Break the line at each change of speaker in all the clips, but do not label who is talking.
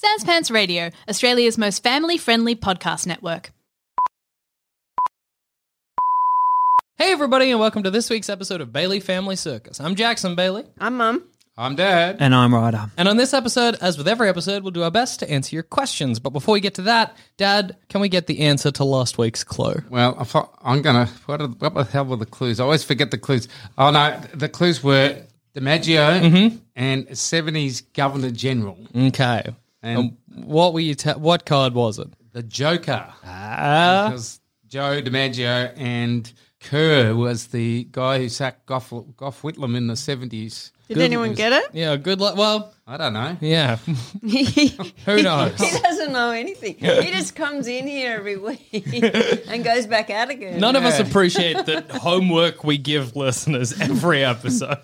Sans Pants Radio, Australia's most family friendly podcast network.
Hey, everybody, and welcome to this week's episode of Bailey Family Circus. I'm Jackson Bailey.
I'm mum.
I'm Dad.
And I'm Ryder.
And on this episode, as with every episode, we'll do our best to answer your questions. But before we get to that, Dad, can we get the answer to last week's clue?
Well, I thought I'm gonna. What, are- what the hell were the clues? I always forget the clues. Oh no, the clues were DiMaggio and '70s Governor General
Mm. Okay.
and
And what were you? ta- what card was it?
the Joker. because Joe DiMaggio and Kerr was the guy who sacked Gough, Gough Whitlam in the '70s.
Did anyone get it?
Yeah, good luck. Well,
I don't know.
yeah.
he
Who knows?
doesn't know anything. He just comes in here every week and goes back out again.
None of us appreciate the homework we give listeners every episode.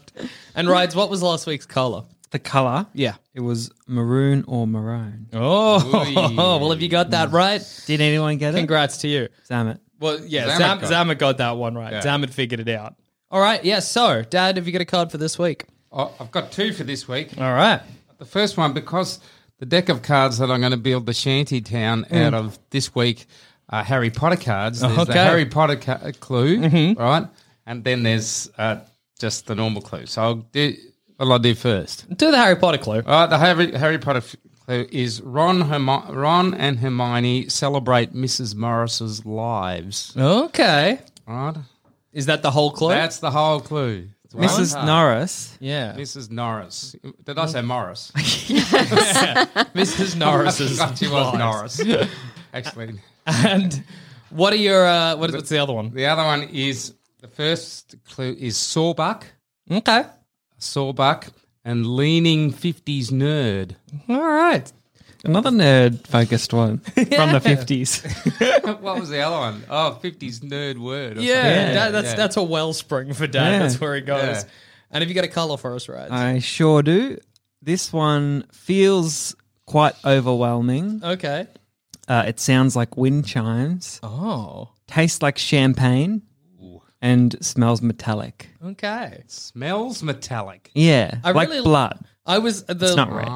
And rides, what was last week's color?
The colour,
Yeah.
it was maroon or maroon.
Oh, well, if you got that right,
Did anyone get it?
congrats to you.
Damn it.
Well, yeah,
Zamet
Zam,
got it.
Zamet got that one right.
Yeah.
Zamet figured it out. All right, yeah. So, Dad, have you got a card for this week?
Oh, I've got two for this week.
All right.
The first one, because the deck of cards that I'm going to build the shanty town out of this week are Harry Potter cards. There's the
Okay.
Harry Potter ca- clue, right? And then there's uh, just the normal clue. So I'll do what I'll do first.
Do the Harry Potter clue.
All right, the Harry, Harry Potter f- clue is Ron, Hermo- Ron and Hermione celebrate Mrs. Morris's lives.
Okay.
All right,
Is that the whole clue?
that's the whole clue. It's one
Mrs.
card.
Norris.
yeah.
Mrs. Norris. Did I say Morris?
Mrs. Norris's.
I forgot she was Norris. Actually.
and what are your uh, what is what's the other one?
The other one is the first clue is sawbuck,
Okay.
sawbuck, and leaning fifties nerd.
All right.
Another nerd focused one from the 50s.
what was the other one? Oh, fifties nerd word. or
Yeah,
something.
that, that's that's a wellspring for Dad.
Yeah.
That's where he goes.
Yeah.
And have you got a color for us, right?
I sure do. This one feels quite overwhelming.
okay.
Uh, it sounds like wind chimes,
Oh.
tastes like champagne, and smells metallic.
Okay.
smells metallic.
Yeah,
I
like
really-
blood.
I was uh, the
It's not red.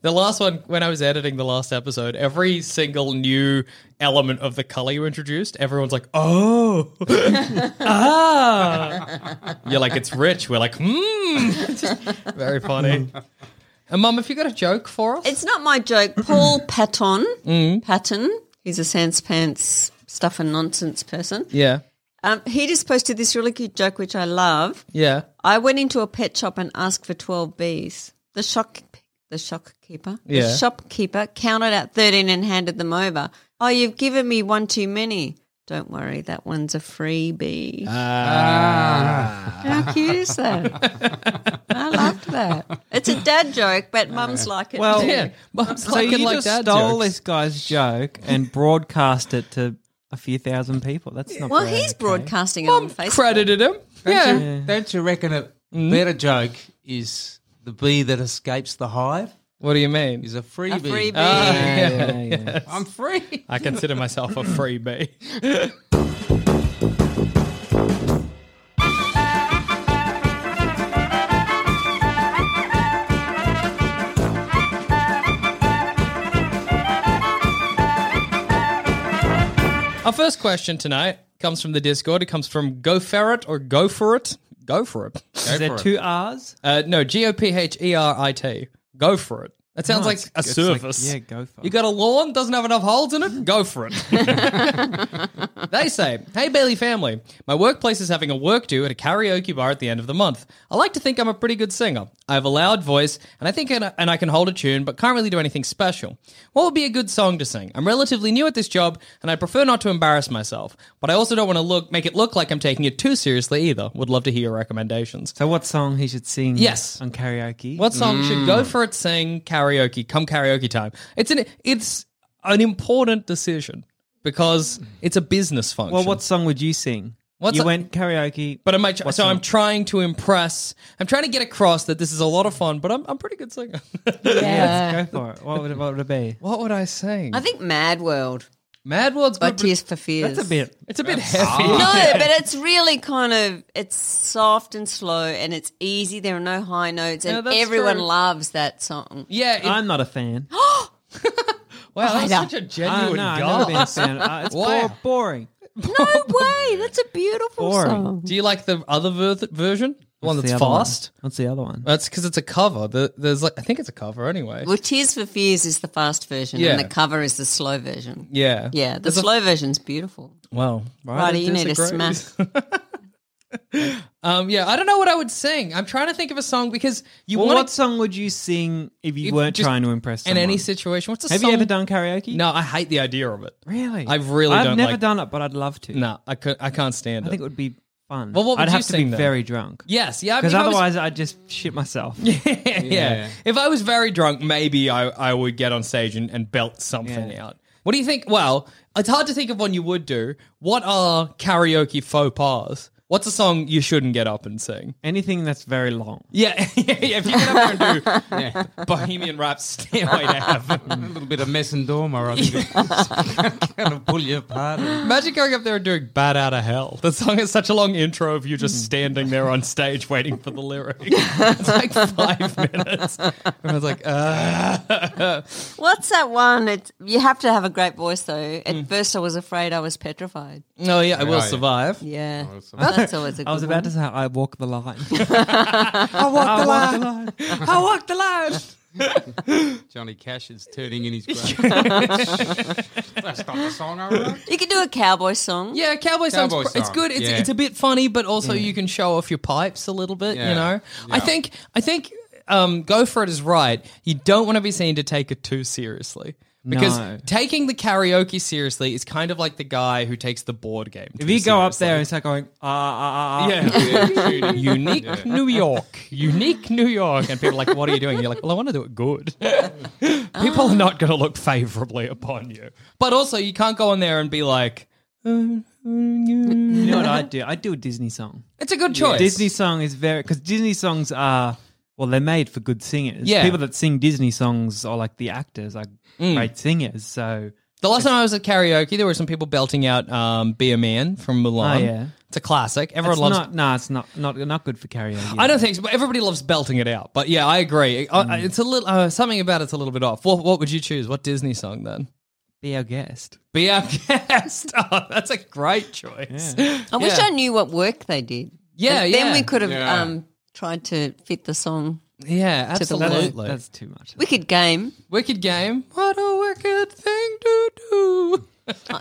the last one when I was editing the last episode, every single new element of the color you introduced, everyone's like, "Oh, ah!" You're like, "It's rich." We're like, "Hmm." Just very funny. And Mum, have you got a joke for us?
It's not my joke. Paul Patton. Patton. He's a sans pants stuff and nonsense person.
yeah,
Um, he just posted this really cute joke, which I love.
yeah.
I went into a pet shop and asked for 12 bees. The shop, the shopkeeper,
Yeah.
the shopkeeper counted out 13 and handed them over. Oh, you've given me one too many. Don't worry, that one's a freebie. How cute is that? I loved that. It's a dad joke, but mums like it
Well,
too.
Yeah, mum's
So
like,
you
like
just
dad
stole
jokes.
this guy's joke and broadcast it to a few thousand people. That's not
Well,
very
he's
okay.
broadcasting it on Facebook.
credited him.
Don't,
Yeah.
you, don't you reckon a better joke is the bee that escapes the hive
What do you mean?
is a freebie?
A freebie.
Yeah, yeah, yeah.
I'm free.
I consider myself a freebie. Our first question tonight comes from the Discord. It comes from Go Ferret or Go For It. Go for it.
Is there
for it.
two R's?
Uh, no, G O P H E R I T. Go for it. That sounds
No,
like
it's-
a
it's
service.
like- yeah, go for
You
it.
got a lawn, doesn't have enough holes in it? Go for it. they say, Hey, Bailey family, my workplace is having a work do at a karaoke bar at the end of the month. I like to think I'm a pretty good singer. I have a loud voice, and I think and I- and I can hold a tune, but can't really do anything special. What would be a good song to sing? I'm relatively new at this job, and I prefer not to embarrass myself, but I also don't want to look make it look like I'm taking it too seriously either. Would love to hear your recommendations.
So what song he should sing?
Yes.
on karaoke.
What song should
Mm.
go for it? Sing karaoke. Come karaoke time. It's an it's an important decision because it's a business function.
Well, what song would you sing?
What's
you
a-
went karaoke,
But am I? Tr-
what
so I'm
song?
trying to impress. I'm trying to get across that this is a lot of fun. But I'm I'm a pretty good singer.
go for it. What would it, what would it be?
what would I sing?
I think Mad World
Mad World's
by
good, but
Tears for Fears.
That's a bit.
It's a bit heavy.
No, but it's really kind of it's soft and slow and it's easy. There are no high notes,
Yeah,
and
that's
everyone
true.
loves that song.
Yeah. It,
I'm not a fan.
wow, that's such a
I,
genuine
no, I've never
guy.
been a fan. Uh, it's
Why?
bo- boring.
No way, that's a beautiful
Boring.
song.
Do you like the other ver- version? The one
What's
that's
the other
fast. Uh,
One? What's the other one?
That's because it's a cover. The, there's like I think it's a cover anyway.
Well, Tears for Fears is the fast version,
Yeah.
and the cover is the slow version.
Yeah.
Yeah, the
There's a-
slow version's beautiful.
Wow.
Righty, you need a smack.
um, yeah, I don't know what I would sing. I'm trying to think of a song because you
Well,
want
what song would you sing if you
If
weren't
just-
trying to impress
in
someone?
any situation. What's a
Have
song?
you ever done karaoke?
No, I hate the idea of it.
Really?
I really
I've
don't
never
like-
done it, but I'd love to.
No, I could. I can't stand
I
it.
think it would be fun.
Well, what would
I'd
you
have to
sing,
be
though?
very drunk.
yes, yeah. I
Because
mean, if I was-
otherwise, I'd just shit myself.
yeah. If I was very drunk, maybe I, I would get on stage and, and belt something out. What do you think? Well, it's hard to think of one you would do. What are karaoke faux pas? What's a song you shouldn't get up and sing?
Anything that's very long.
Yeah, yeah, yeah. If you get up there and do Bohemian Rap Stairway to Heaven,
A little bit of mess and dormer, I think. kind of pull you apart.
Imagine going up there and doing Bad Out of Hell. The song is such a long intro of you just standing there on stage waiting for the lyric. It's like five minutes. Everyone's like, uh.
What's that one? It's, you have to have a great voice, though. At first, I was afraid I was petrified.
No, Oh, yeah, I will
Yeah.
survive.
Yeah, that's always a good
I was
one.
about to say, I walk the line.
I walk the line. I walk the line.
Johnny Cash is turning in his grave. That's not the song I wrote.
You could do a cowboy song.
Yeah,
Cowboy
cowboy, sounds. pr- It's
song,
good. It's,
yeah.
it's a bit funny, but also you can show off your pipes a little bit. You
Yeah,
know, I
yeah.
think I think um, go for it is right. You don't want to be seen to take it too seriously because
No.
taking the karaoke seriously is kind of like the guy who takes the board game.
If you go up there and start going, ah, ah, ah, ah,
yeah, unique New York, unique New York, and people are like, "What are you doing?" You're like, "Well, I want to do it good." people are not going to look favorably upon you, but also you can't go in there and be like.
you know what I'd do? I'd do a Disney song.
It's a good choice.
Disney song is very because Disney songs are well, they're made for good singers.
Yeah.
people that sing Disney songs are like the actors, like great singers. So
The last time I was at karaoke, there were some people belting out um, "Be a Man" from Mulan.
Oh, yeah.
it's a classic. Everyone
it's not,
loves.
no, it's not not not good for karaoke.
I don't think, so, but everybody loves belting it out. But yeah, I agree. I- I- It's a little uh, something about it's a little bit off. What, what would you choose? What Disney song then?
be our guest.
Be our guest. Oh, that's a great choice. Yeah,
I wish
Yeah.
I knew what work they did.
Yeah,
And
yeah.
Then we could have
Yeah.
um, tried to fit the song. To the left.
absolutely.
That's too much.
Wicked game.
wicked game. What a wicked thing to do.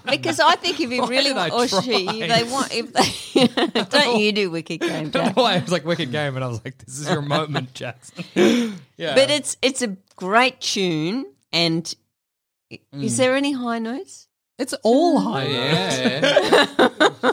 Because I think if you
Why
really
did I
want, or she,
try?
if they want, if they don't you do wicked game,
I
Jack.
don't know why it was like wicked game, and I was like, "This is your moment, Jackson." yeah,
But it's it's a great tune, and i-
Mm.
is there any high notes?
it's all high.
Yeah.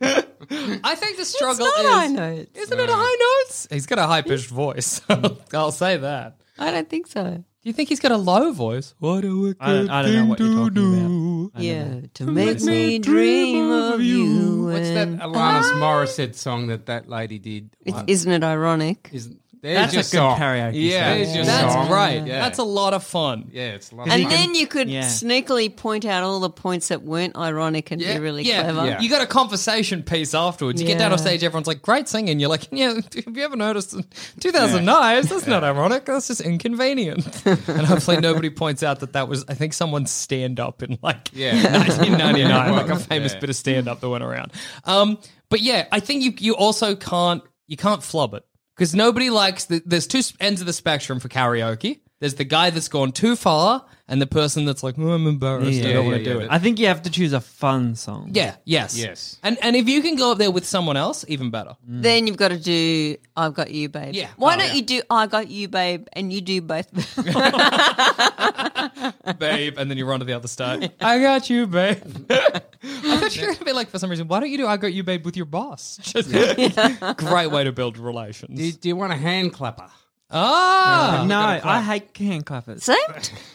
I think the struggle
not
is
high notes.
Isn't it a high notes? He's got a high pitched voice. I'll say that.
I don't think so.
Do you think he's got a low voice? What a wicked
I don't, I don't know what you're talking about. I don't know.
Yeah, to make me dream of you.
What's that
and-
Alanis Morissette song that that lady did?
um, It- Isn't it ironic?
Isn't, there's
That's a
your
good
song.
karaoke
Yeah,
song.
there's your
That's
song.
great.
Yeah.
That's a lot of fun.
yeah, it's lovely.
And then you could
Yeah.
sneakily point out all the points that weren't ironic and be really
yeah.
clever.
You got a conversation piece afterwards. You get down
Yeah.
on stage, everyone's like, great singing. You're like, yeah, have you ever noticed 2009? That's not ironic. That's just inconvenient. and hopefully nobody points out that that was, I think, someone's stand up in like
Yeah.
1999, like a
was,
famous
yeah.
bit of stand up that went around. Um, But yeah, I think you you also can't you can't flub it because nobody likes the, there's two s- ends of the spectrum for karaoke. There's the guy that's gone too far and the person that's like, oh, I'm embarrassed. I don't
yeah,
want to
yeah,
do
yeah.
it.
I think you have to choose a fun song.
yeah. Yes.
Yes.
And and if you can go up there with someone else, even better.
Then you've got to do I've got you, babe.
Yeah.
Why
Oh,
don't
yeah.
you do I got you, babe, and you do both?
babe, and then you run to the other side. I got you, babe. I thought you were gonna be like, for some reason, why don't you do I got you, babe, with your boss? Just great way to build relations.
Do you, do you want a hand clapper?
ah,
no, I hate hand clappers
Same?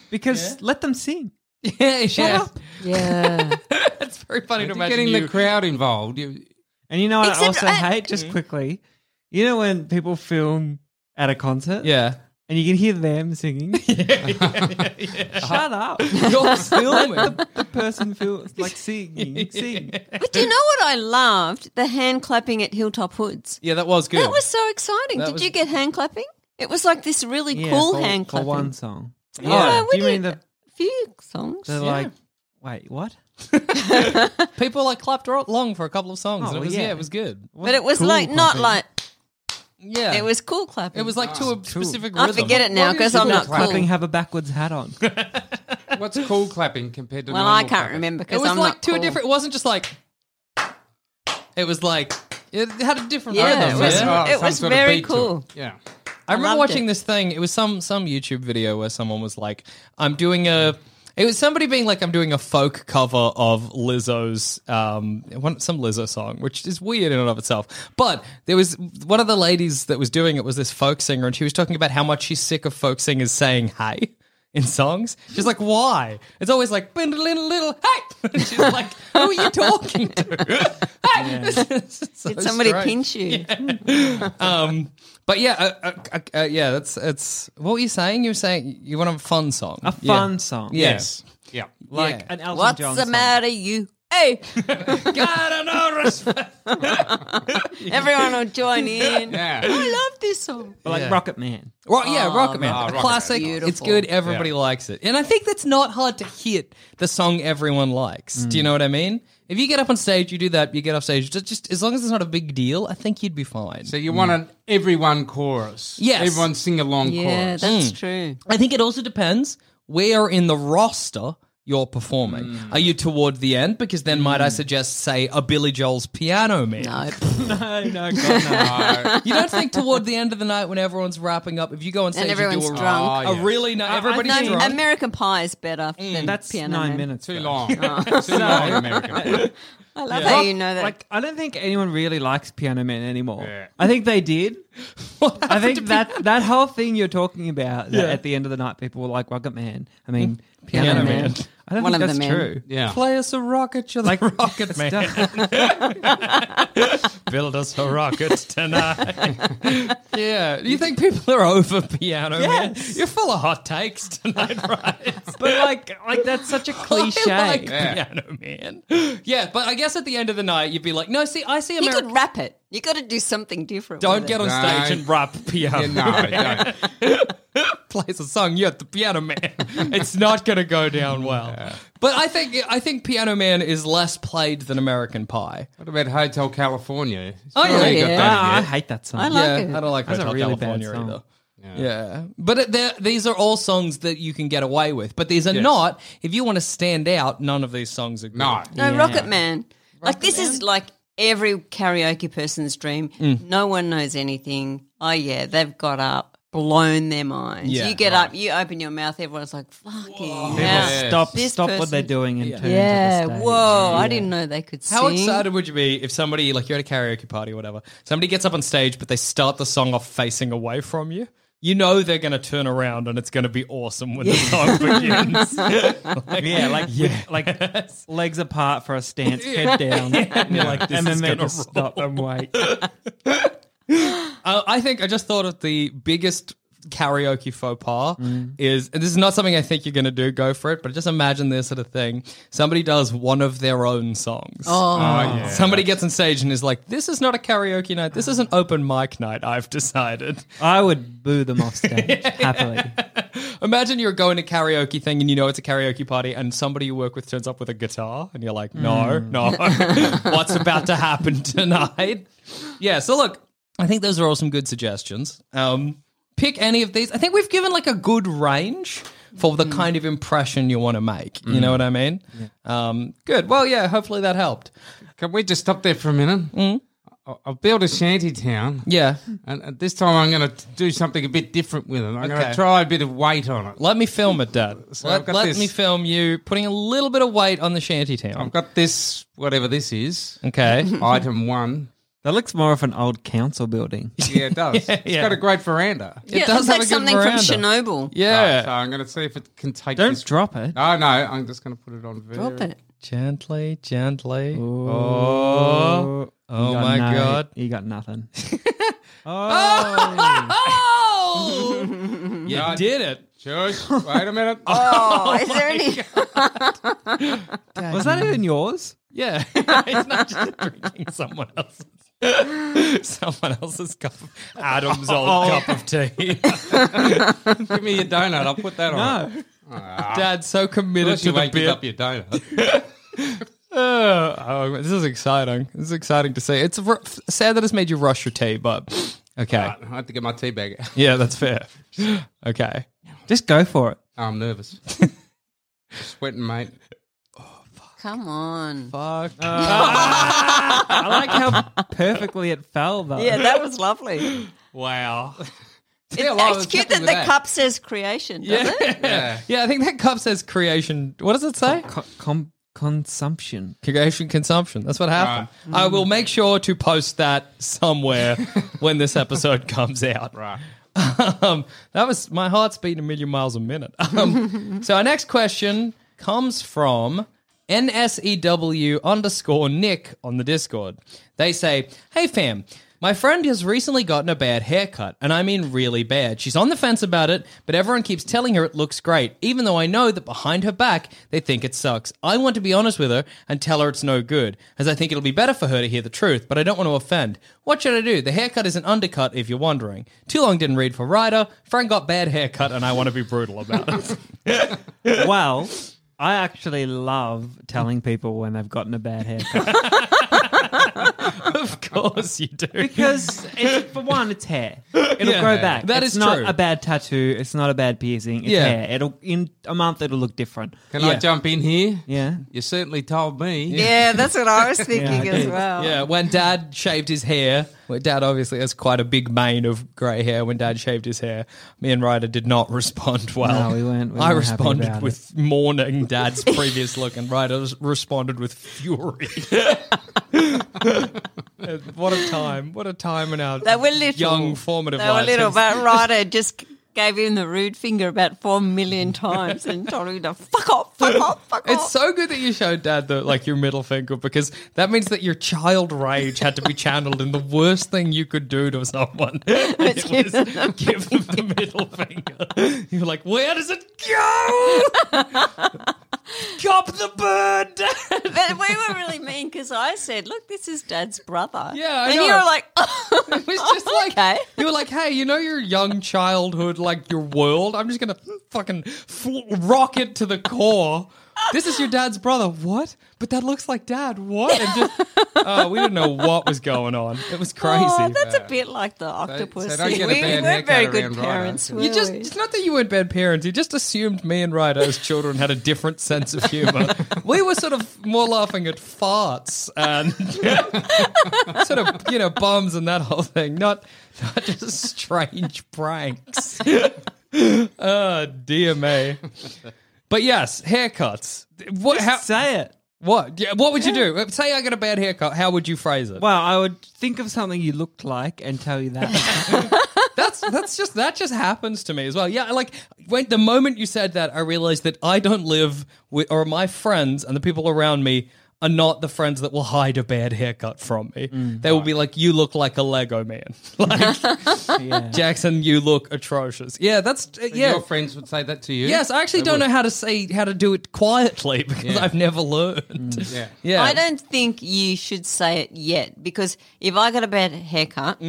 because let them sing.
yeah, yeah.
Yeah.
That's very funny to
You're
imagine
getting
you.
the crowd involved. You,
And you know what I
Except
also
I- Mm.
hate? Just quickly, you know when people film at a concert,
yeah.
and you can hear them singing. Shut up!
You're filming.
the person feels like singing, sing.
but do you know what I loved? The hand clapping at Hilltop Hoods.
yeah, that was good.
That was so exciting.
That
Did
was-
you get hand clapping? It was like this really
Yeah,
cool
for,
hand
for
clapping. Oh,
one song.
Yeah,
do
we
you mean
did
the,
a few songs?
the like? Wait, what?
People like clapped ro- long for a couple of songs.
Oh,
and it
well,
was, yeah.
yeah.
it was good.
but it was
Cool
like not
clapping.
like
Yeah,
it was cool clapping.
It was like to a specific
I
rhythm.
forget it now because I'm not
clapping.
cool.
Have a backwards hat on.
what's cool clapping compared to
Well,
normal
I can't
clapping?
remember
It
because
was
I'm
like
not
two
cool.
different. It wasn't just like. It was like it had a different
Yeah,
rhythm.
it was-
yeah?
it
some
was
sort of
very
beat to it.
cool.
Yeah.
I remember
loved
watching
it.
this thing. It was some some YouTube video where someone was like, "I'm doing a." It was somebody being like, "I'm doing a folk cover of Lizzo's um one, some Lizzo song," which is weird in and of itself. But there was one of the ladies that was doing it was this folk singer, and she was talking about how much she's sick of folk singers saying "hey" in songs. She's like, "Why?" It's always like "Bindle little little hey." And she's like, "Who are you talking to?" hey!
Did somebody
pinch?
pinch you?
um, but yeah, uh, uh, uh, uh, yeah, that's it's. What were you saying? You were saying you want a fun song,
A
Yeah.
fun song.
Yes.
Yeah.
like
Yeah.
an Elton
What's
John
the
song.
matter, you? Hey,
God, I know respect.
everyone will join in.
Yeah.
I love this song.
But like
Yeah.
Rocket Man.
Ro- yeah, Rocket
Ah,
Man,
Rocket Man.
classic.
Beautiful.
It's good. Everybody likes it, and I think that's not hard to hit the song everyone likes. Do
Mm.
you know what I mean? If you get up on stage, you do that. You get off stage. Just, just as long as it's not a big deal, I think you'd be fine.
So you want an everyone chorus.
Yes.
Everyone sing along
Yeah,
chorus.
that's true.
I think it also depends where in the roster you're performing. Are you toward the end? Because then might I suggest, say, a Billy Joel's Piano Man.
No,
No, no, God, no.
You don't think toward the end of the night when everyone's wrapping up, if you go on stage
and
and,
everyone's
do a,
drunk.
Oh,
a
yeah.
really nice, everybody's
no,
drunk. Mm.
American Pie is better than
That's
Piano
nine
Man.
minutes.
Too
though.
long. Too long, America.
I love how you know that.
Like, I don't think anyone really likes Piano Man anymore.
Yeah.
I think they did.
What
I
happened
think that that whole thing you're talking about that at the end of the night, people were like Rocket Man. I mean, Hmm? Piano,
Piano
Man.
Man.
I don't
One
think
of the
that's
men.
true.
to-
Yeah.
Play us a rocket, you like rocket man. Build us a rocket tonight. yeah. Do you think people are over piano man?
Yes.
You're full of hot takes tonight, right?
But like, like that's such a cliche.
I like
Yeah.
piano man. Yeah, but I guess at the end of the night you'd be like, no, see, I see
you
America.
could rap it. You got to do something different.
Don't
with
get
it.
on
Right.
stage and rap piano.
Yeah, no, don't.
plays a song, you have the piano man. It's not going to go down well. But I think I think Piano Man is less played than American Pie.
What about Hotel California?
Oh, yeah.
Still ain't got
Yeah.
that
Ah, I
yet.
hate that song.
I like it.
I don't like
That's a
Hotel
really bad
California
song.
either. Yeah. but it, they're- these are all songs that you can get away with. But these are not. If you want to stand out, none of these songs are good.
No.
No, Rocket Man. Like this is like every karaoke person's dream.
Mm.
No one knows anything. Oh yeah, they've got up, blown their minds.
Yeah,
you get up, you open your mouth, everyone's like, "Fucking
People
hell.
stop,
This
stop what
person-
they're doing and turn
yeah,
to the stage.
whoa!" I didn't know they could sing.
How excited would you be if somebody, like you're at a karaoke party or whatever, somebody gets up on stage but they start the song off facing away from you? You know they're going to turn around and it's going to be awesome when the song begins.
Yeah, like with, like legs apart for a stance, head down, and you're like, and then
is
they
gonna
just stop and wait.
Uh, I think I just thought of the biggest karaoke faux pas
Mm.
is, and this is not something I think you're going to do, go for it, but just imagine this sort of thing. Somebody does one of their own songs.
Oh,
Somebody gets on stage and is like, this is not a karaoke night. This is an open mic night, I've decided.
I would boo them off stage happily.
Imagine you're going to karaoke thing and you know it's a karaoke party and somebody you work with turns up with a guitar and you're like, no,
Mm.
no, what's about to happen tonight? Yeah, so look, I think those are all some good suggestions. Um, pick any of these. I think we've given like a good range for
Mm.
the kind of impression you want to make. You know what I mean? Um, good. Well, yeah, hopefully that helped.
Can we just stop there for a minute? Mm. I've built a shanty town,
Yeah.
and at this time I'm going to do something a bit different with it. I'm going
Okay.
to try a bit of weight on it.
Let me film it, Dad.
So I've
let
got
let
this.
me film you putting a little bit of weight on the shanty town.
I've got this, whatever this is,
Okay.
item one.
That looks more of an old council building.
Yeah, it does. It's
yeah.
got a great veranda.
Yeah, it looks
does have
like
a good
something
veranda.
from Chernobyl.
Right, so
Yeah.
I'm going to see if it can take.
Don't
this.
drop it.
No, no, I'm just going to put it on. Very,
Drop it.
Gently, gently. Oh. Oh
You got
my
no-
god.
You got nothing.
Oh! you did it.
Shush, wait a minute.
Oh, is there any?
Was that even yours?
Yeah. it's not just drinking someone else's. Someone else's cup of Adam's old cup of tea.
Oh, Give me your donut. I'll put that on.
No.
Dad's so committed
Unless
to
you
the
wake
beer.
up your donut.
Uh, oh, this is exciting. This is exciting to see. It's r- sad that it's made you rush your tea, but okay.
I have to get my tea bag. out.
Yeah, that's fair. Okay.
Just go for it.
I'm nervous. Sweating, mate.
Come on.
Fuck.
I like how perfectly it fell though.
Yeah, that was lovely.
wow.
Yeah,
It's,
well,
it's
it's
cute that the
nothing with that.
cup says creation, does it?
Yeah. yeah, I think that cup says creation. What does it say?
Co- com- consumption.
Creation consumption. That's what happened. I will make sure to post that somewhere when this episode comes out.
Right.
Um, that was my heart's beating a million miles a minute. Um, so our next question comes from NSEW underscore Nick on the Discord. They say, Hey fam, my friend has recently gotten a bad haircut, and I mean really bad. She's on the fence about it, but everyone keeps telling her it looks great, even though I know that behind her back they think it sucks. I want to be honest with her and tell her it's no good, as I think it'll be better for her to hear the truth, but I don't want to offend. What should I do? The haircut is an undercut, if you're wondering. Too long didn't read for writer. Frank got bad haircut, and I want to be brutal about it.
well, I actually love telling people when they've gotten a bad haircut
of course you do.
because it's, for one, it's hair. It'll
Yeah.
grow back.
That
That is
is
not
true.
a bad tattoo. It's not a bad piercing. It's
Yeah.
hair. It'll in a month it'll look different.
Can
Yeah.
I jump in here?
Yeah.
You certainly told me.
Yeah, that's what I was thinking as
did.
well.
Yeah, when Dad shaved his hair, well, Dad obviously has quite a big mane of grey hair. When Dad shaved his hair, me and Ryder did not respond well.
No, we weren't- we
I
weren't happy
responded
about
with mourning Dad's previous look, and Ryder s- responded with fury. what a time! What a time in our
They were little.
young formative
They were
lives.
little, but Ryder just gave him the rude finger about four million times and told him to fuck off, fuck off, fuck
It's
off.
so good that you showed Dad the like your middle finger because that means that your child rage had to be channeled in the worst thing you could do to someone. It was give them the middle finger. You're like, where does it go? Cop the bird, Dad.
but we were really mean because I said, "Look, this is Dad's brother."
Yeah, I
and
know.
you were like,
It was just like
Oh, Okay.
you were like, hey, you know your young childhood, like your world. I'm just gonna fucking f- rock it to the core. This is your dad's brother. What? But that looks like dad. What? And just, oh, we didn't know what was going on. It was crazy.
"Oh, that's a bit like the octopus."
don't get a
we
bad
weren't very
haircut
good
around Ryder.
parents. Were
you just
we?
it's not that you weren't bad parents you just assumed me and ryder as children had a different sense of humor we were sort of more laughing at farts and sort of you know bums and that whole thing not not just strange pranks oh dear me but yes haircuts what how,
Say it.
what yeah, what would you do say i got a bad haircut how would you phrase it
Well, I would think of something you looked like and tell you that.
That's that's just that just happens to me as well. Yeah, like when the moment you said that, I realized that I don't live with or my friends and the people around me are not the friends that will hide a bad haircut from me.
Mm,
they will be like, "You look like a Lego man, like
yeah.
Jackson. You look atrocious." Yeah, that's uh, yeah.
Your friends would say that to you.
Yes, I actually
They
don't
would.
know how to say how to do it quietly because
Yeah. Mm.
I've never learned.
Yeah.
Yeah,
I don't think you should say it yet because if I got a bad haircut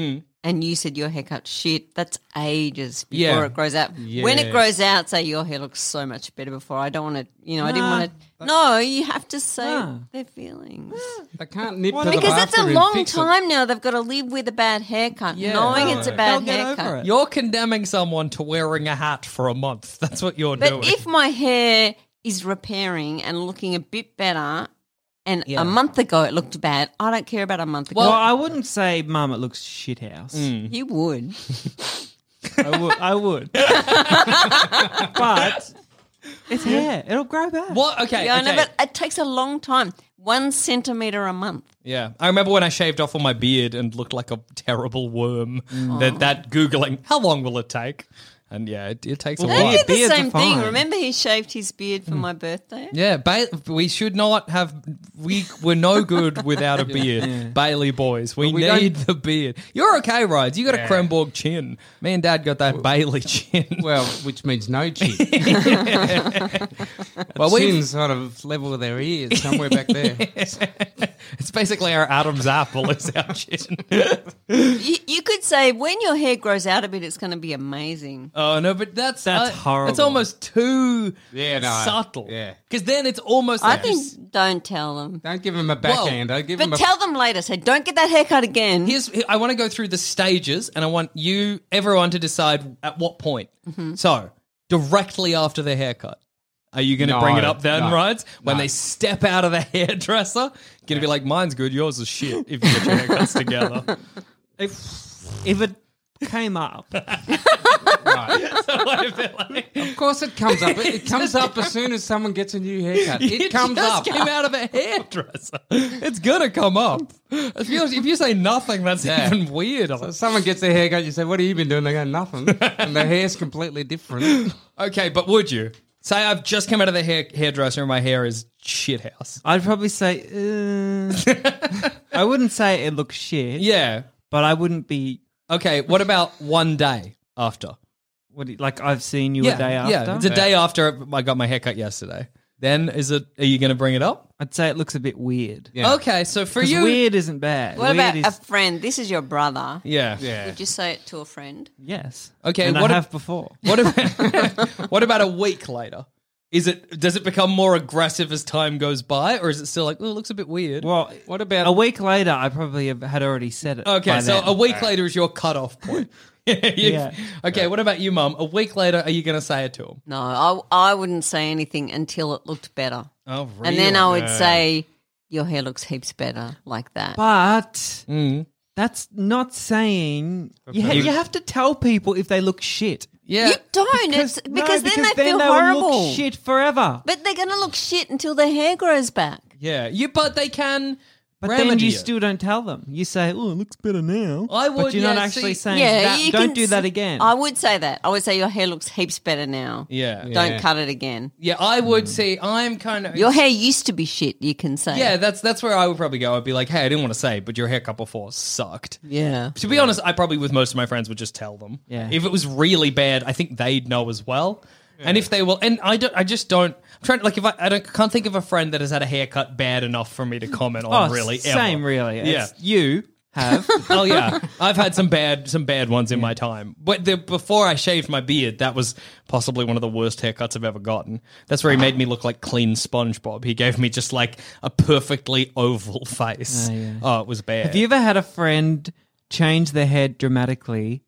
and you said your haircut shit, that's ages before
Yeah.
it grows out. When it grows out, say your hair looks so much better before. I don't want to, you know, I didn't want to. No, you have to say their feelings.
They can't nip
Why
to
not?
the
Because that's a
bathroom and
long
fix it.
time now they've got to live with a bad haircut,
Yeah.
knowing
No,
it's a
they'll
bad
get over
haircut.
it.
You're condemning someone to wearing a hat for a month. That's what you're
But
doing.
if my hair is repairing and looking a bit better, and a month ago it looked bad, I don't care about a month ago.
Well, I wouldn't say, Mum, it looks shit house.
you would.
I would. I would. but it's hair. It'll grow back.
what? Okay.
Yeah, I
okay.
know, but it takes a long time. One centimeter a month.
Yeah, I remember when I shaved off all my beard and looked like a terrible worm. That that googling, how long will it take? And yeah, it, it takes a
Well,
I
while.
Yeah,
did the
beards are
same thing.
fine.
Remember, he shaved his beard for my birthday.
Yeah, ba- we should not have. We we're no good without a beard, Bailey boys. We,
we
need
don't-
the beard. You're okay, rides. You got a Kremborg chin. Me and Dad got that Bailey chin.
Well, which means no chin.
Well,
Chin
we
sort of level with their ears somewhere back there.
it's basically our Adam's apple is our chin.
You, you could say when your hair grows out a bit, it's going to be amazing.
Oh no, but that's
That's horrible.
It's almost too
Yeah, no,
subtle.
yeah.
because then it's almost.
I
like you s-
think don't tell them,
Don't give him a backhand. Don't give him
but
a
tell them later. Say don't get that haircut again.
Here's I want to go through the stages, and I want you, everyone, to decide at what point. So directly after the haircut, are you going to
No,
bring it up then,
no,
rides? When
no.
they step out of the hairdresser, going to be like, "Mine's good, yours is shit." If you get your haircuts together,
If, if it came up,
Of course, it comes up. It, it comes up as soon as someone gets a new haircut. It comes
just
up.
Came out of a hairdresser. It's going to come up. If you, if you say nothing, that's
Yeah.
even weirder.
If Someone gets a haircut. You say, "What have you been doing?" They go, "Nothing," and the hair's completely different.
Okay, but would you say I've just come out of the hair, hairdresser and my hair is shit house?
I'd probably say, uh, I wouldn't say it looks shit,
Yeah.
but I wouldn't be.
Okay, what about one day after?
What, do you- like I've seen you a day after.
Yeah, it's a day after I got my haircut yesterday. Then is it? Are you going to bring it up?
I'd say it looks a bit weird. Yeah.
Okay, so for
'Cause
you,
weird isn't bad.
what about
weird is,
a friend? This is your brother.
yeah,
Yeah.
Would you say it to a friend?
yes?
Okay,
and
what
I
a-
have before.
What about what about a week later? Is it? Does it become more aggressive as time goes by, or is it still like, oh, it looks a bit weird?
Well,
What about
a week later, I probably have, had already said it.
okay,
by
so
then.
a week later is your cutoff point. You- Okay, what about you, Mum? A week later, are you going to say it to him?
No, I, I wouldn't say anything until it looked better.
Oh,
And then I would say, Your hair looks heaps better like that.
But that's not saying you, ha- you have to tell people if they look shit.
yeah.
You don't.
Because-
it's,
no,
because then they feel
they will
horrible.
Look shit forever.
But they're going to look shit until their hair grows back.
yeah, you. But they can.
But then
remedy
you
it.
still don't tell them. You say, "Oh, it looks better now."
I
But
would,
you're not
yeah,
actually
see-
saying,
yeah,
that,
you
"Don't
can
do
s-
that again."
I would say that. I would say your hair looks heaps better now.
Yeah, yeah.
Don't
Yeah.
cut it again.
I would say I'm kind of
Your hair used to be shit, you can say.
Yeah, that's that's where I would probably go. I'd be like, hey, I didn't want to say, but your haircut before sucked.
Yeah.
To be honest, I probably with most of my friends would just tell them.
Yeah.
If it was really bad, I think they'd know as well. And if they will, and I don't, I just don't. I'm trying like if I, I don't, can't think of a friend that has had a haircut bad enough for me to comment
oh,
on. really, ever.
same, really.
Yeah.
It's you have.
oh yeah, I've had some bad some bad ones in my time. But the, before I shaved my beard, that was possibly one of the worst haircuts I've ever gotten. That's where he made me look like clean SpongeBob. He gave me just like a perfectly oval face. Oh, it was bad.
Ah, Have you ever had a friend change their hair dramatically?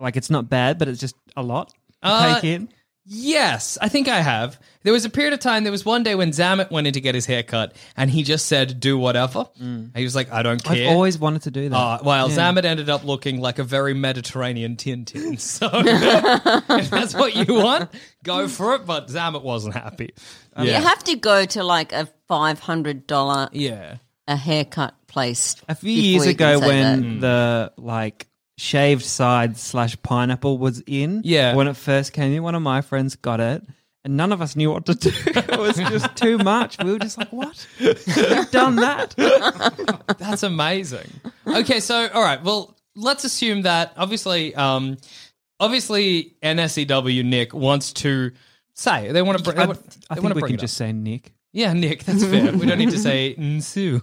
Like it's not bad, but it's just a lot. to
Mm. Uh,
take in.
Yes, I think I have. There was a period of time. There was one day when Zamet went in to get his haircut, and he just said, "Do whatever." He was like, "I don't
Mm. I've
care."
always wanted to do that.
Uh, well, Zamet ended up looking like a very Mediterranean Tintin. So if that's what you want, go for it. But Zamet wasn't happy.
You have to go to like a $500
Yeah.
a haircut place.
A few
before
years
you can
ago,
say that.
Mm.
when Mm. the like shaved side slash pineapple was in,
Yeah.
when it first came in, one of my friends got it, and none of us knew what to do. it was just too much. We were just like, "What? We've done that."
That's amazing. Okay, so all right, well, let's assume that obviously, um, obviously, NSEW Nick wants to say they want to. Br-
I,
they want
I
to
think we
bring
can
it up.
just say Nick.
Yeah, Nick, that's fair. we don't need to say Nsu.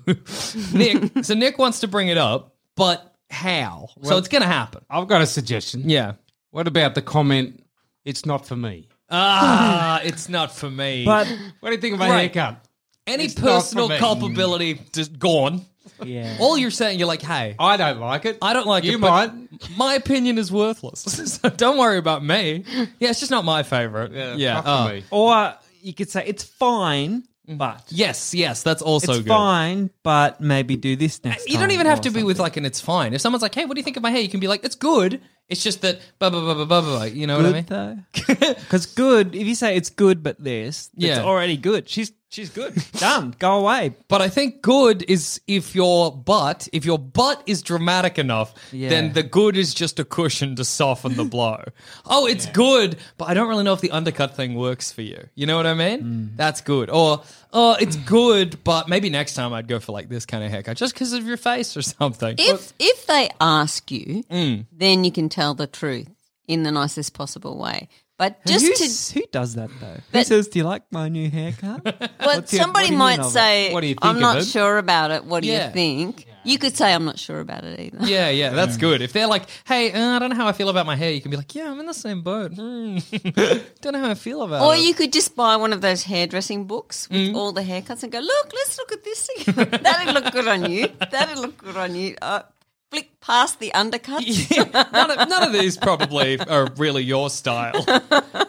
Nick, so Nick wants to bring it up, but how. so it's going to happen.
I've got a suggestion.
Yeah.
What about the comment? It's not for me.
Ah, it's not for me.
But
What do you think of my
Right.
haircut?
any
It's not for
personal
me.
culpability just gone.
yeah,
All you're saying, you're like, hey,
I don't like it.
I don't like
you
it.
might.
but My opinion is worthless. so don't worry about me. Yeah, it's just not my favorite. Yeah.
not for
oh.
me.
or you could say it's fine, but
Yes, yes, that's also
it's
good.
fine, but maybe do this next.
You don't
time
even have
or
to be with like an it's fine. If someone's like, hey, what do you think of my hair? You can be like, it's good. It's just that blah blah blah blah blah blah. You know
something.
what I mean?
good though, because good. If you say it's good, but this, it's
Yeah.
already good. She's she's good. Done. Go away.
But I think good is if your butt, if your butt is dramatic enough,
Yeah.
then the good is just a cushion to soften the blow. oh, it's good, but I don't really know if the undercut thing works for you. You know what I mean? That's good. Or oh, it's good, but maybe next time I'd go for like this kind of haircut, just because of your face or something.
If if they ask you,
Mm.
then you can tell the truth in the nicest possible way. But just
who,
to
s- who does that though? who
But-
says, "Do you like my new haircut?"
Well,
your
somebody
opinion
might
of it?
say,
What do you think
I'm
of
not
it?"
sure about it. What do
Yeah.
you think? You could say, I'm not sure about it either.
yeah, yeah, that's good. If they're like, "Hey, uh, I don't know how I feel about my hair," you can be like, "Yeah, I'm in the same boat. Hmm. don't know how I feel about
Or
it."
you could just buy one of those hairdressing books with all the haircuts and go, look, let's look at this together. That'd look good on you. That'd look good on you. Uh, flick past the undercuts.
none, of, none of these probably are really your style.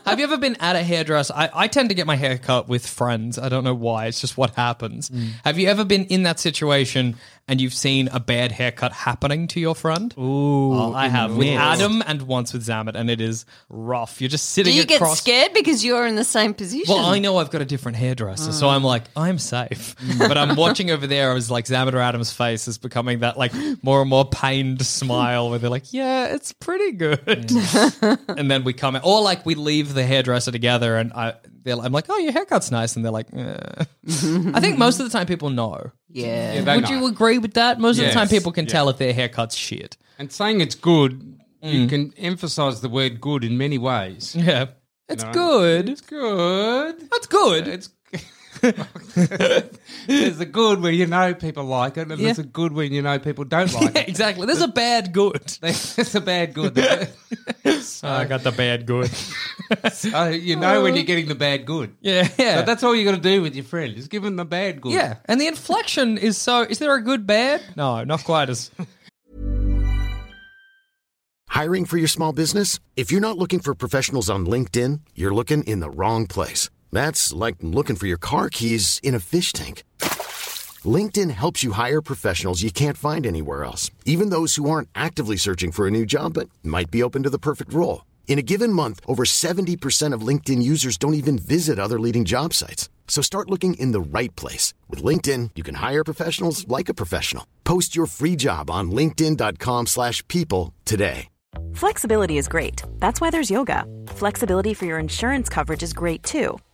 Have you ever been at a hairdresser? I, I tend to get my hair cut with friends. I don't know why. It's just what happens. Have you ever been in that situation and you've seen a bad haircut happening to your friend? Ooh, I have with Adam and once with Zamet, and it is rough. You're just
Do
sitting.
you get
across-
scared because you're in the same position?
well, I know I've got a different hairdresser, so I'm like, I'm safe. but I'm watching over there. I was like, Zameter Adams' face is becoming that like more and more pained smile, where they're like, yeah, it's pretty good. and then we come, out, or like we leave the hairdresser together, and I, they're, I'm like, oh, your haircut's nice, and they're like, eh. I think most of the time people know.
Yeah.
They
Would
know.
you agree with that? Most of
Yes.
the time, people can tell if their haircut's shit.
And saying it's good, you can emphasise the word "good" in many ways.
Yeah, it's good.
It's good.
That's good.
It's there's a good where you know people like it, and there's a good when you know people don't like
yeah,
it.
exactly. There's a bad good.
It's a bad good. so
Oh, I got the bad good.
you know when you're getting the bad good.
Yeah, yeah.
But that's all you got to do with your friend is give them the bad good.
Yeah, and the inflection is so. Is there a good bad? No, not quite as.
Hiring for your small business? If you're not looking for professionals on LinkedIn, you're looking in the wrong place. That's like looking for your car keys in a fish tank. LinkedIn helps you hire professionals you can't find anywhere else, even those who aren't actively searching for a new job but might be open to the perfect role. In a given month, over 70% of LinkedIn users don't even visit other leading job sites. So start looking in the right place. With LinkedIn, you can hire professionals like a professional. Post your free job on linkedin.com/people slash people today.
Flexibility is great. That's why there's yoga. Flexibility for your insurance coverage is great too.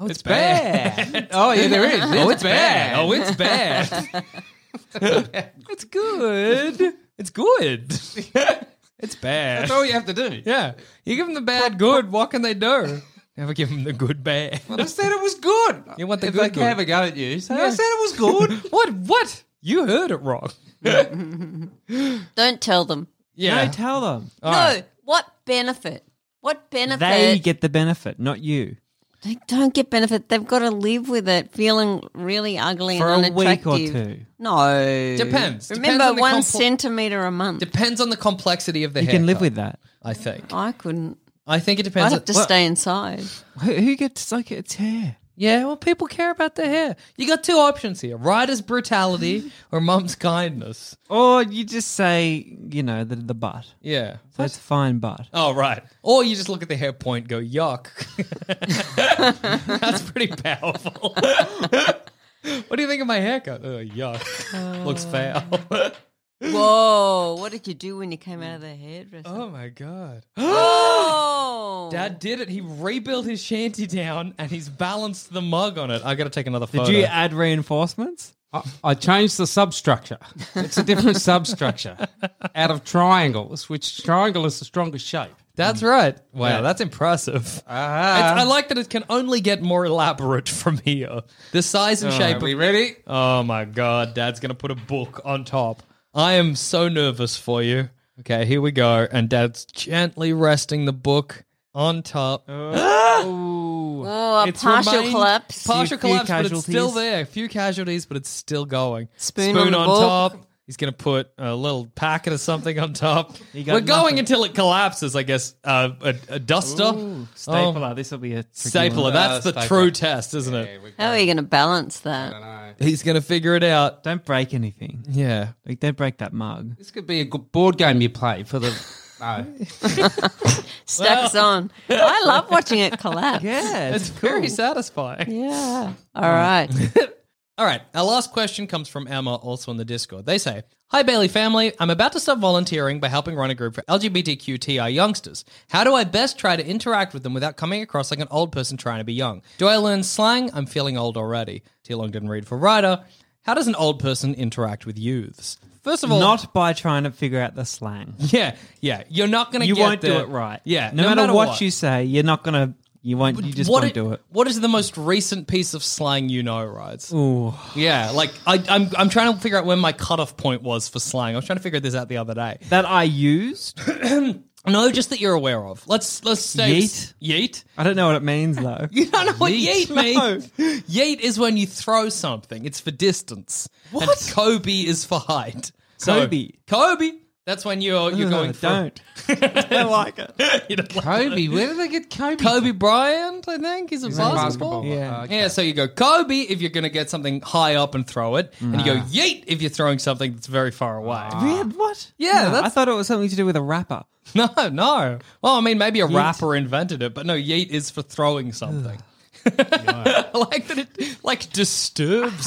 Oh, it's,
Oh yeah, there is.
oh, it's bad. Oh, it's bad. it's good. It's good. It's bad.
That's all you have to do.
Yeah, you give them the bad good. What can they do? Never give them the good bad.
I said it was good.
You want the
if
good
they
good.
have a go at you, say I
Yeah.
said it was good.
What? What? You heard it wrong.
Don't tell them.
Yeah.
No, tell them.
no. What benefit? What benefit?
They get the benefit, not you.
They don't get benefit. They've got to live with it, feeling really ugly
For
and
a week
unattractive.
or two.
No,
Depends. Depends
Remember,
on the
one
compl-
centimeter a month.
Depends on the complexity of the
You can live
haircut.
with that.
I think.
I couldn't.
I think
Oh.
it
I'd
depends.
have to
well,
stay inside.
Who, who gets like its hair?
Yeah, well, people care about their hair. You got two options here: writer's brutality or mum's kindness.
Or you just say, you know, the, the butt.
Yeah.
So it's fine butt.
Oh right. Or you just look at the hair point, and go yuck. That's pretty powerful. what do you think of my haircut? Oh yuck. Looks foul.
Whoa! What did you do when you came out of the hairdresser?
oh my god.
Oh.
Dad did it. He rebuilt his shanty down and he's balanced the mug on it. I got to take another
Did
photo.
you add reinforcements?
I, I changed the substructure. It's a different substructure out of triangles, which triangle is the strongest shape.
That's right. Wow, that's impressive.
Uh-huh.
It's- I like that it can only get more elaborate from here. The size and shape.
Are we
of,
ready?
oh my god, Dad's gonna put a book on top. I am so nervous for you. Okay, here we go. And Dad's gently resting the book on top.
Ah!
Oh, a
It's
partial
remained-
collapse.
Partial
Few- few
collapse, but it's
casualties.
still there. A few casualties, but it's still going.
Spoon on the
on
book.
top. He's going to put a little packet of something on top. We're
got
going
nothing.
until it collapses, I guess. Uh, a, a duster.
Stapler. This will be a tricky
Stapler.
one.
That's
Uh,
the
stapler.
true test, isn't it?
How are you going to balance that?
He's going to figure it out.
Don't break anything.
Yeah.
Like, don't break that mug.
This could be a good board game you play for the. No.
Stacks on. I love watching it collapse.
Yeah,
It's,
it's,
very satisfying.
Yeah. All right.
All right, our last question comes from Emma, also on the Discord. They say, Hi, Bailey family. I'm about to start volunteering by helping run a group for LGBTQTI youngsters. How do I best try to interact with them without coming across like an old person trying to be young? Do I learn slang? I'm feeling old already. Too long didn't read for writer. How does an old person interact with youths? First of all,
not by trying to figure out the slang.
yeah, yeah. You're not going to
You
get
won't do
the-
it right.
Yeah,
No, matter, what, you say, you're not gonna. You won't. You just
what
won't
i-
do it.
What is the most recent piece of slang you know, Rides? Yeah, like I, I'm, I'm trying to figure out where my cutoff point was for slang. I was trying to figure this out the other day.
That I used.
No, just that you're aware of. Let's let's say
Yeet?
Yeet.
I don't know what it means though.
You don't know what yeet,
Yeet.
means. Yeet is when you throw something. It's for distance. What? And Kobe is for height. So,
Kobe.
Kobe. That's when you're you're
Ugh,
going. For,
don't.
I don't like it. you don't like
Kobe, where did they get Kobe?
Kobe Bryant, I think, is a
from?
basketball.
Basketball. Uh,
Yeah.
Okay.
Yeah, so you go Kobe if you're going to get something high up and throw it, and you go Yeet if you're throwing something that's very far away.
Weird. What?
Yeah,
No, I
that's-
thought it was something to do with a rapper.
No, no. Well, I mean, maybe a rapper invented it, but no, Yeet is for throwing something. like that, it like disturbs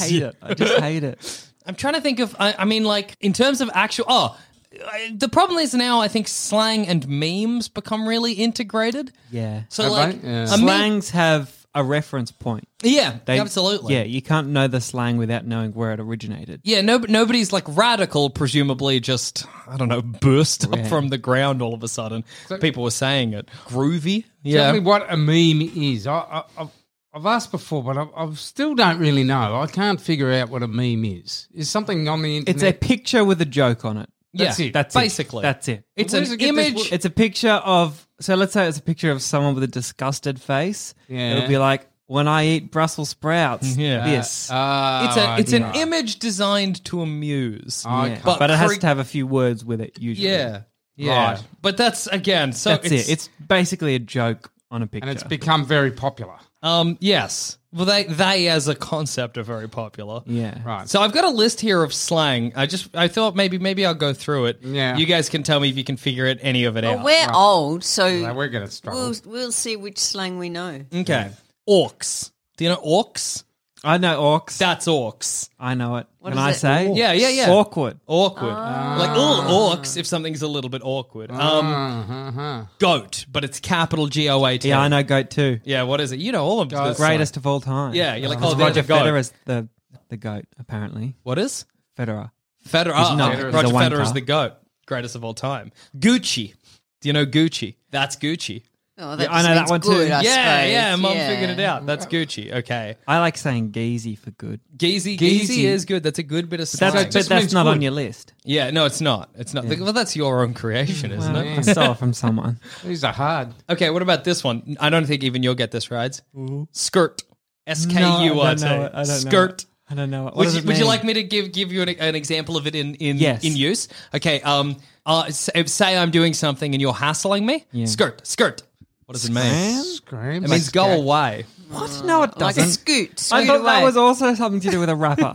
Hate
you.
it. I just hate it.
I'm trying to think of. I, I mean, like in terms of actual. Oh, I- the problem is now I think slang and memes become really integrated.
Yeah.
So
Have
like
they? Yeah.
a meme-
Slangs have a reference point.
yeah,
They-
absolutely.
Yeah, you can't know the slang without knowing where it originated.
Yeah, no, nobody's like radical, presumably just, I don't know, burst up from the ground all of a sudden. People were saying it. Groovy.
Tell me
Yeah.
what a meme is. I, I, I've, I've asked before, but I, I still don't really know. I can't figure out what a meme is. Is something on the
It's a
internet?
picture with a joke on it.
That's
Yeah,
it.
That's it.
basically.
That's it.
It's
Where
an
does it get this
image.
wo-
It's a picture of so let's say it's a picture of someone with a disgusted face.
Yeah.
It'll be like when I eat Brussels sprouts.
Yeah.
This.
Ah,
it's a, it's an
yeah.
image designed to amuse.
I
Ah, Yeah.
can't-
But, it has
cre-
to have a few words with it usually.
yeah. Yeah.
Right.
But that's again, so
That's
it's,
it. It's basically a joke on a picture.
and it's become very popular.
um yes. Well they they as a concept are very popular.
yeah.
Right.
So I've got a list here of slang. I just I thought maybe maybe I'll go through it.
Yeah.
You guys can tell me if you can figure it any of it
Well,
out.
we're old,
Now
so
we're going to struggle.
we'll, we'll see which slang we know.
Okay. Orcs. Do you know orcs?
I know orcs.
That's orcs.
I know it.
What
Can
is
I
it?
say?
Yeah, yeah, yeah.
Awkward.
Awkward.
Ah.
Like, oh, orcs if something's a little bit awkward. Um,
uh-huh.
goat, but it's capital G O A T.
Yeah, I know goat too.
Yeah, what is it? You know all of this.
Greatest of all time.
Yeah, you're like,
Because
oh, they're
Roger
the goat.
Federer's the the goat apparently.
What is?
Federer.
Federer. ah,
not.
Roger
He's a wanker.
Federer is the goat. Greatest of all time. Gucci. Do you know Gucci? That's Gucci.
Oh, that
I
just
know that
means
one too.
good, I
yeah,
suppose.
yeah, mom
Yeah.
figured it out. That's Gucci. Okay.
I like saying geezy for good.
Geezy,
Geezy.
Geezy is good. That's a good bit of slang.
That's,
Right.
but
Just
that's
means
not on
good.
your list.
yeah, no, it's not. It's not. Well, that's your own creation, isn't it?
I stole it from someone.
These are hard.
Okay, what about this one? I don't think even you'll get this, Rides. Skirt. S K U
I
R
don't
T.
know it. I don't know
Skirt.
it. I don't know. It. What
Would
does
you,
it
would you
mean?
like me to give give you an, an example of it in in,
Yes.
in use? Okay. Um, uh, s- say I'm doing something and you're hassling me, skirt, skirt. What does it mean?
Scream.
It means go away.
What? No, it
Like
doesn't.
a scoot. scoot
I thought that
away.
was also something to do with a rapper.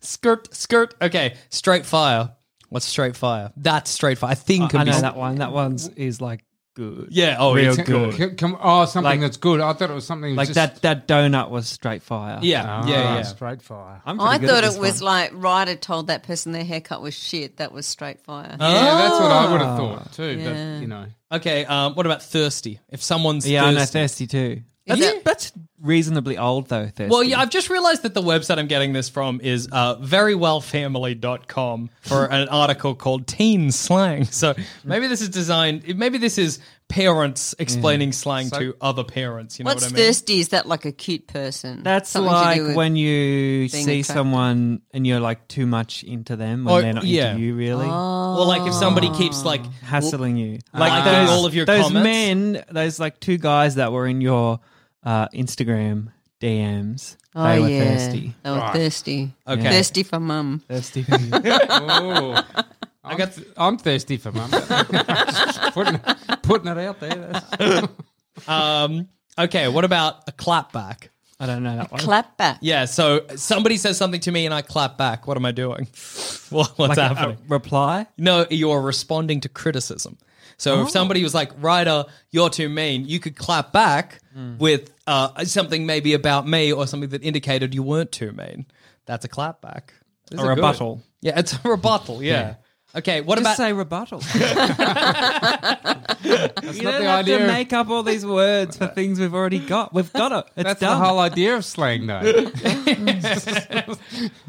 Skirt, skirt. Okay, straight fire. What's straight fire? That's straight fire. I think
I
can be
know that one. That one's is like good.
Yeah. Oh,
Real
it's
good.
Can, can- oh, something
Like-
that's good. I thought it was something
Like
just,
that that donut was straight fire.
Yeah.
Ah,
yeah. Ah. Yeah.
Straight fire.
I'm pretty
I
good at
thought
this
it was
one.
like Ryder told that person their haircut was shit. That was straight
Oh,
fire.
Yeah, that's what I would have thought too. But you know,
Okay. Um, what about thirsty? If someone's
Ah. yeah, I know thirsty
thirsty.
too. That's, that's reasonably old though. Thirsty.
Well, yeah, I've just realized that the website I'm getting this from is uh, verywellfamily.com for an article called Teen Slang. So maybe this is designed, maybe this is parents
Mm-hmm.
explaining slang to other parents. You know
What's
what I mean?
thirsty? Is that like a cute person?
That's
Something to do
like
with-
when you see
being attracted.
someone and you're like too much into them when
Oh,
they're not
yeah.
into you really.
Or like if somebody keeps like,
hassling you,
Ah. Liking all of your
those
comments?
men, those like two guys that were in your uh, Instagram DMs.
Oh,
they were
yeah.
thirsty.
They were thirsty.
Okay.
Thirsty for mum.
Thirsty.
oh, I got. I'm thirsty for mum. Just putting, putting it out there. That's-
um, okay, what about a clap back?
I don't know that one.
Clap back.
Yeah, so somebody says something to me and I clap back. What am I doing? Well, what's
Like a- oh,
happening?
a reply.
No, you're responding to criticism. So if somebody was like, "Ryder, you're too mean," you could clap back with uh, something maybe about me or something that indicated you weren't too mean. That's a clap back. This is
A
good.
rebuttal.
Yeah, it's a rebuttal. Yeah. Okay. What
Just
about?
say rebuttal.
That's
you
not
don't
the
have
idea.
to
of-
make up all these words for things we've already got. We've got it. It's
that's
done.
the whole idea of slang, though.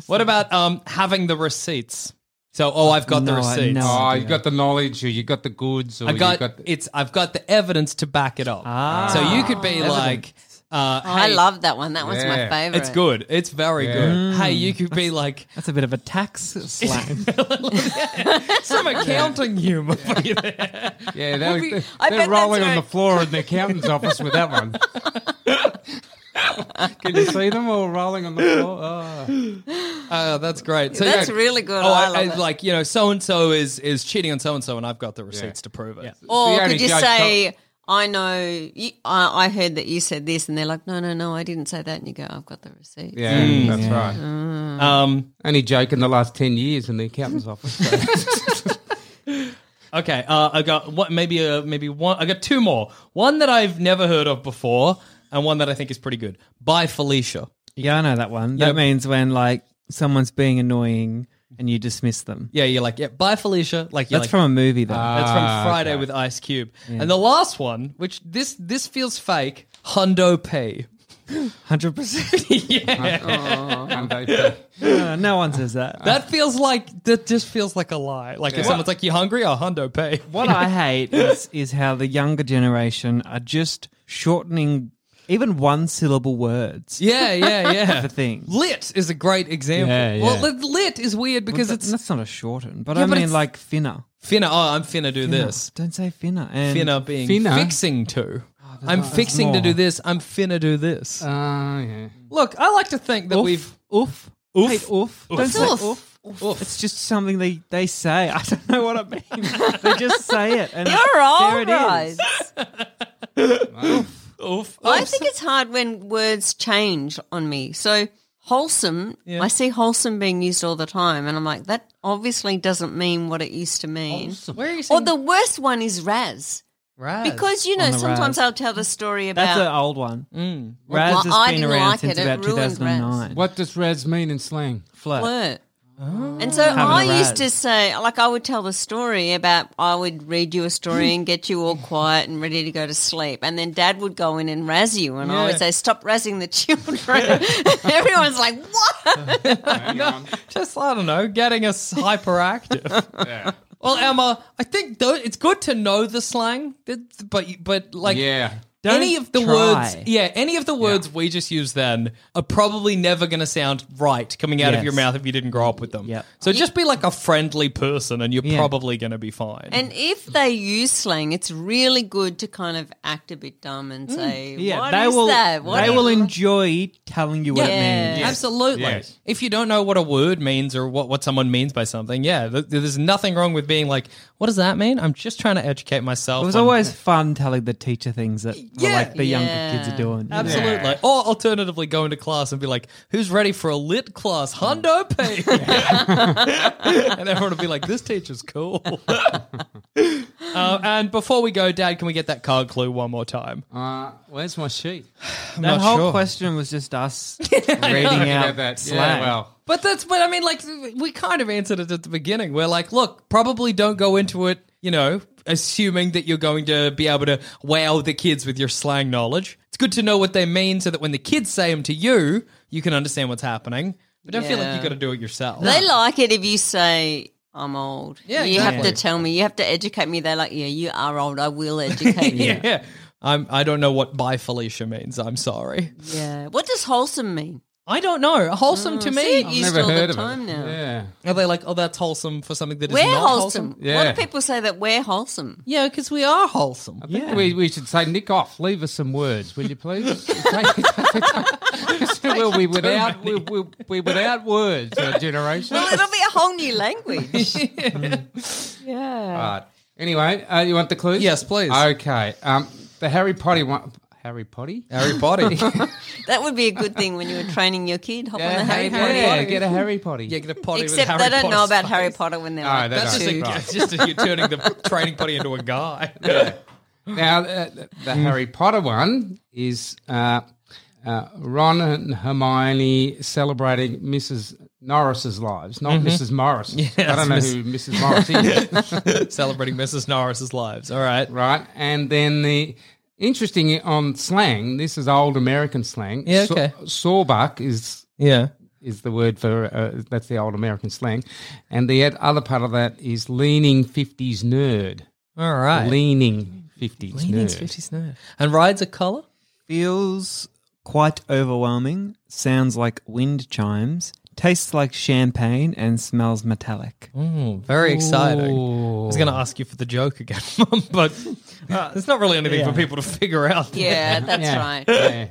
what about um having the receipts? So oh, I've got the
No, I-
receipts.
no.
oh, you got the knowledge, or you got the goods, or
I got,
you Oh, got. The,
it's. I've got the evidence to back it up.
Ah.
so you could be like, uh,
Oh, I
hey,
love that one. That one's my
Yeah.
favorite.
It's good. It's very
Yeah.
good. Hey, you could be like.
That's a bit of a tax slang.
Some accounting humor. for you there.
yeah, they're,
be-
they're,
I bet that's
rolling on
right.
the floor in the accountant's office with that one. Can you see them all rolling on the floor? Oh.
Oh, that's great. So
That's
yeah.
really good.
Oh,
I
I,
love
I-
it.
like you know, so and so is is cheating on so and so, and I've got the receipts to prove it.
Or
The only
could you
judge
say, I know, you, I, I heard that you said this, and they're like, no, no, no, I didn't say that. And you go, I've got the receipt.
Yeah, that's right.
Mm-hmm.
Um,
Only joke in the last 10 years in the accountant's office.
okay, uh, I got what maybe uh, maybe one. I got two more. One that I've never heard of before, and one that I think is pretty good. By Felicia.
yeah, I know that one. That
Yeah.
means when like someone's being annoying and you dismiss them.
Yeah, you're like yeah. By Felicia. Like you're
That's from
like, "Ah."
Ah, Mm. a movie though.
That's from Friday with Ice Cube. And the last one, which this this feels fake. Hundo P.
Hundred percent.
So-
No one says that.
That feels like that just feels like a lie. Like if someone's like, "You hungry?" Oh, Hundo P.
What I hate is, is how the younger generation are just shortening even one syllable words
Yeah, yeah, yeah.
for things.
Lit is a great example.
Yeah, yeah.
Well, lit, lit is weird
Well,
because
that-
it's
that's not a shorten, but
Yeah,
I
but
mean
it's-
like finna.
finna. Oh, I'm finna do
Finna.
this.
Don't say finna. And
Finna being
Finna?
fixing to. I'm fixing to
more.
do this. I'm finna do this.
Oh, yeah.
Look, I like to think that
oof,
we've.
oof.
Oof.
Hey, oof. Don't
What's
say
oof?
oof. It's just something they, they say. I don't know what it means. they just say it. And
You're all
there it is.
right.
Oof.
Well, I think it's hard when words change on me. So wholesome, I see wholesome being used all the time, and I'm like, that obviously doesn't mean what it used to mean.
Where are you saying
Or the worst one is Raz.
Raz?
Because, you know,
On the
sometimes
Raz.
I'll tell the story
That's an
about.
old one.
Mm.
Well,
Raz
I
has been
didn't
around
like
since
it. It
about
ruined Raz.
2009.
What does Raz mean in slang?
Flirt.
Flirt. And so I
Having a
used to
Raz.
say, like, I would tell the story about, I would read you a story and get you all quiet and ready to go to sleep. And then dad would go in and razz you. And I would say, stop razzing the children. Everyone's like, what?
just I don't know, getting us hyperactive. Well, Emma, I think though it's good to know the slang, but but like
Yeah.
Don't
any of the
try.
words, yeah, any of the words we just used then are probably never going to sound right coming out of
Yes.
your mouth if you didn't grow up with them.
Yep.
So just be like a friendly person, and you're probably going to be fine.
And if they use slang, it's really good to kind of act a bit dumb and say,
Mm, Yeah,
"What
they
is
will.
that? What
they
is-"
will enjoy telling you what it
Yeah.
means.
Yes.
Absolutely.
Yes.
If you don't know what a word means or what, what someone means by something, yeah, th- there's nothing wrong with being like, what does that mean? I'm just trying to educate myself.
It was
on-
always fun telling the teacher things that
Yeah.
like the
Yeah.
younger kids are doing. you know?
Absolutely. Or alternatively, go into class and be like, who's ready for a lit class? Hundo P. and everyone will be like, this teacher's cool. Uh, and before we go, Dad, can we get that card clue one more time?
Uh, where's my sheet?
That
not
whole
sure.
question was just us reading
Yeah,
out
that-
slang.
Yeah, well,
But that's, but I mean, like, we kind of answered it at the beginning. We're like, look, probably don't go into it, you know, assuming that you're going to be able to wow the kids with your slang knowledge. It's good to know what they mean so that when the kids say them to you, you can understand what's happening. But don't feel like
Yeah.
you got to do it yourself.
They like it if you say, I'm old.
Yeah,
you have
exactly.
to tell me. You have to educate me. They're like, yeah, you are old. I will educate you.
yeah. I'm, I don't know what by Felicia means. I'm sorry.
yeah. What does wholesome mean?
I don't know. Wholesome to me.
Oh, See, used
never
all
heard
the
of
time
it.
now.
Yeah.
Are they like, oh, that's wholesome for something that is
We're
not
wholesome.
wholesome?
A lot
Yeah.
of people say that we're wholesome.
Yeah, because we are wholesome.
I think we, we should say, Nick off, leave us some words, will you please? well, we without we, we, we without words, our generation.
Well, it'll be a whole new language. yeah.
But anyway, uh, you want the clues?
Yes, please.
Okay. Um, the Harry Potter one. Harry Potter?
Harry Potter.
That would be a good thing when you were training your kid. Hop on the Harry Potter.
Yeah, get a Harry Potter.
yeah, get a potty with
Except
Harry
they don't know
Potter's
about
face.
Harry Potter when they're
No,
like
they
That's just,
two.
a, it's just a, you're turning the training potty into a guy.
Now, uh, the, the Harry Potter one is uh, uh, Ron and Hermione celebrating Mrs. Norris's lives, not
Mm-hmm.
Mrs. Morris. I don't know who Mrs. Morris is.
Celebrating Mrs. Norris's lives. All right.
right? And then the interesting on slang, this is old American slang.
Yeah, okay.
Saw- sawbuck is
Yeah.
is the word for uh, that's the old American slang, and the ed- other part of that is leaning fifties nerd.
All right.
Leaning fifties
Leaning's
nerd.
50s nerd. And rides a collar?
Feels quite overwhelming. Sounds like wind chimes. Tastes like champagne and smells metallic.
Mm. Very exciting. I was going to ask you for the joke again, Mum, but uh, it's not really anything for people to figure out.
Yeah, that's
Yeah.
right.
Yeah.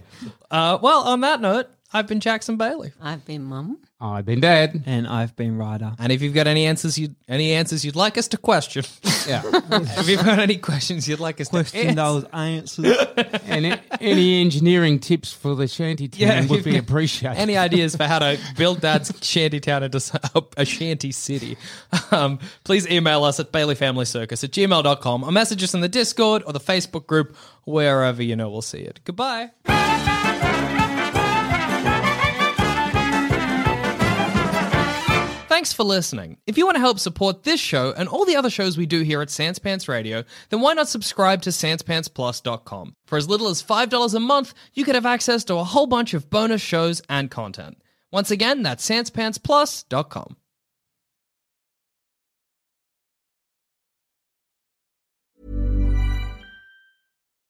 Uh, well, on that note, I've been Jackson Bailey.
I've been mum.
I've been dad.
And I've been Ryder.
And if you've got any answers you any answers you'd like us to question,
Yeah.
if you've got any questions you'd like us to
Question
answer,
those answers.
and a- any engineering tips for the shanty town
Yeah,
would
if
be
you-
appreciated.
any ideas for how to build Dad's shanty town into s- a shanty city, um, please email us at baileyfamilycircus at gmail.com or message us in the Discord or the Facebook group, wherever you know we'll see it. Goodbye. Thanks for listening. If you want to help support this show and all the other shows we do here at Sans Pants Radio, then why not subscribe to SansPantsPlus.com? For as little as $5 a month, you could have access to a whole bunch of bonus shows and content. Once again, that's SansPantsPlus.com.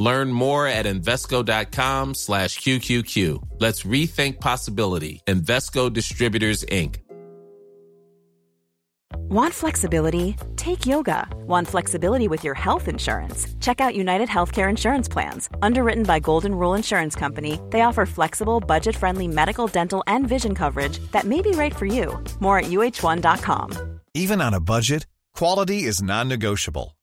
Learn more at Invesco.com slash QQQ. Let's rethink possibility. Invesco Distributors, Inc.
Want flexibility? Take yoga. Want flexibility with your health insurance? Check out United Healthcare Insurance Plans. Underwritten by Golden Rule Insurance Company, they offer flexible, budget friendly medical, dental, and vision coverage that may be right for you. More at uh1.com.
Even on a budget, quality is non-negotiable.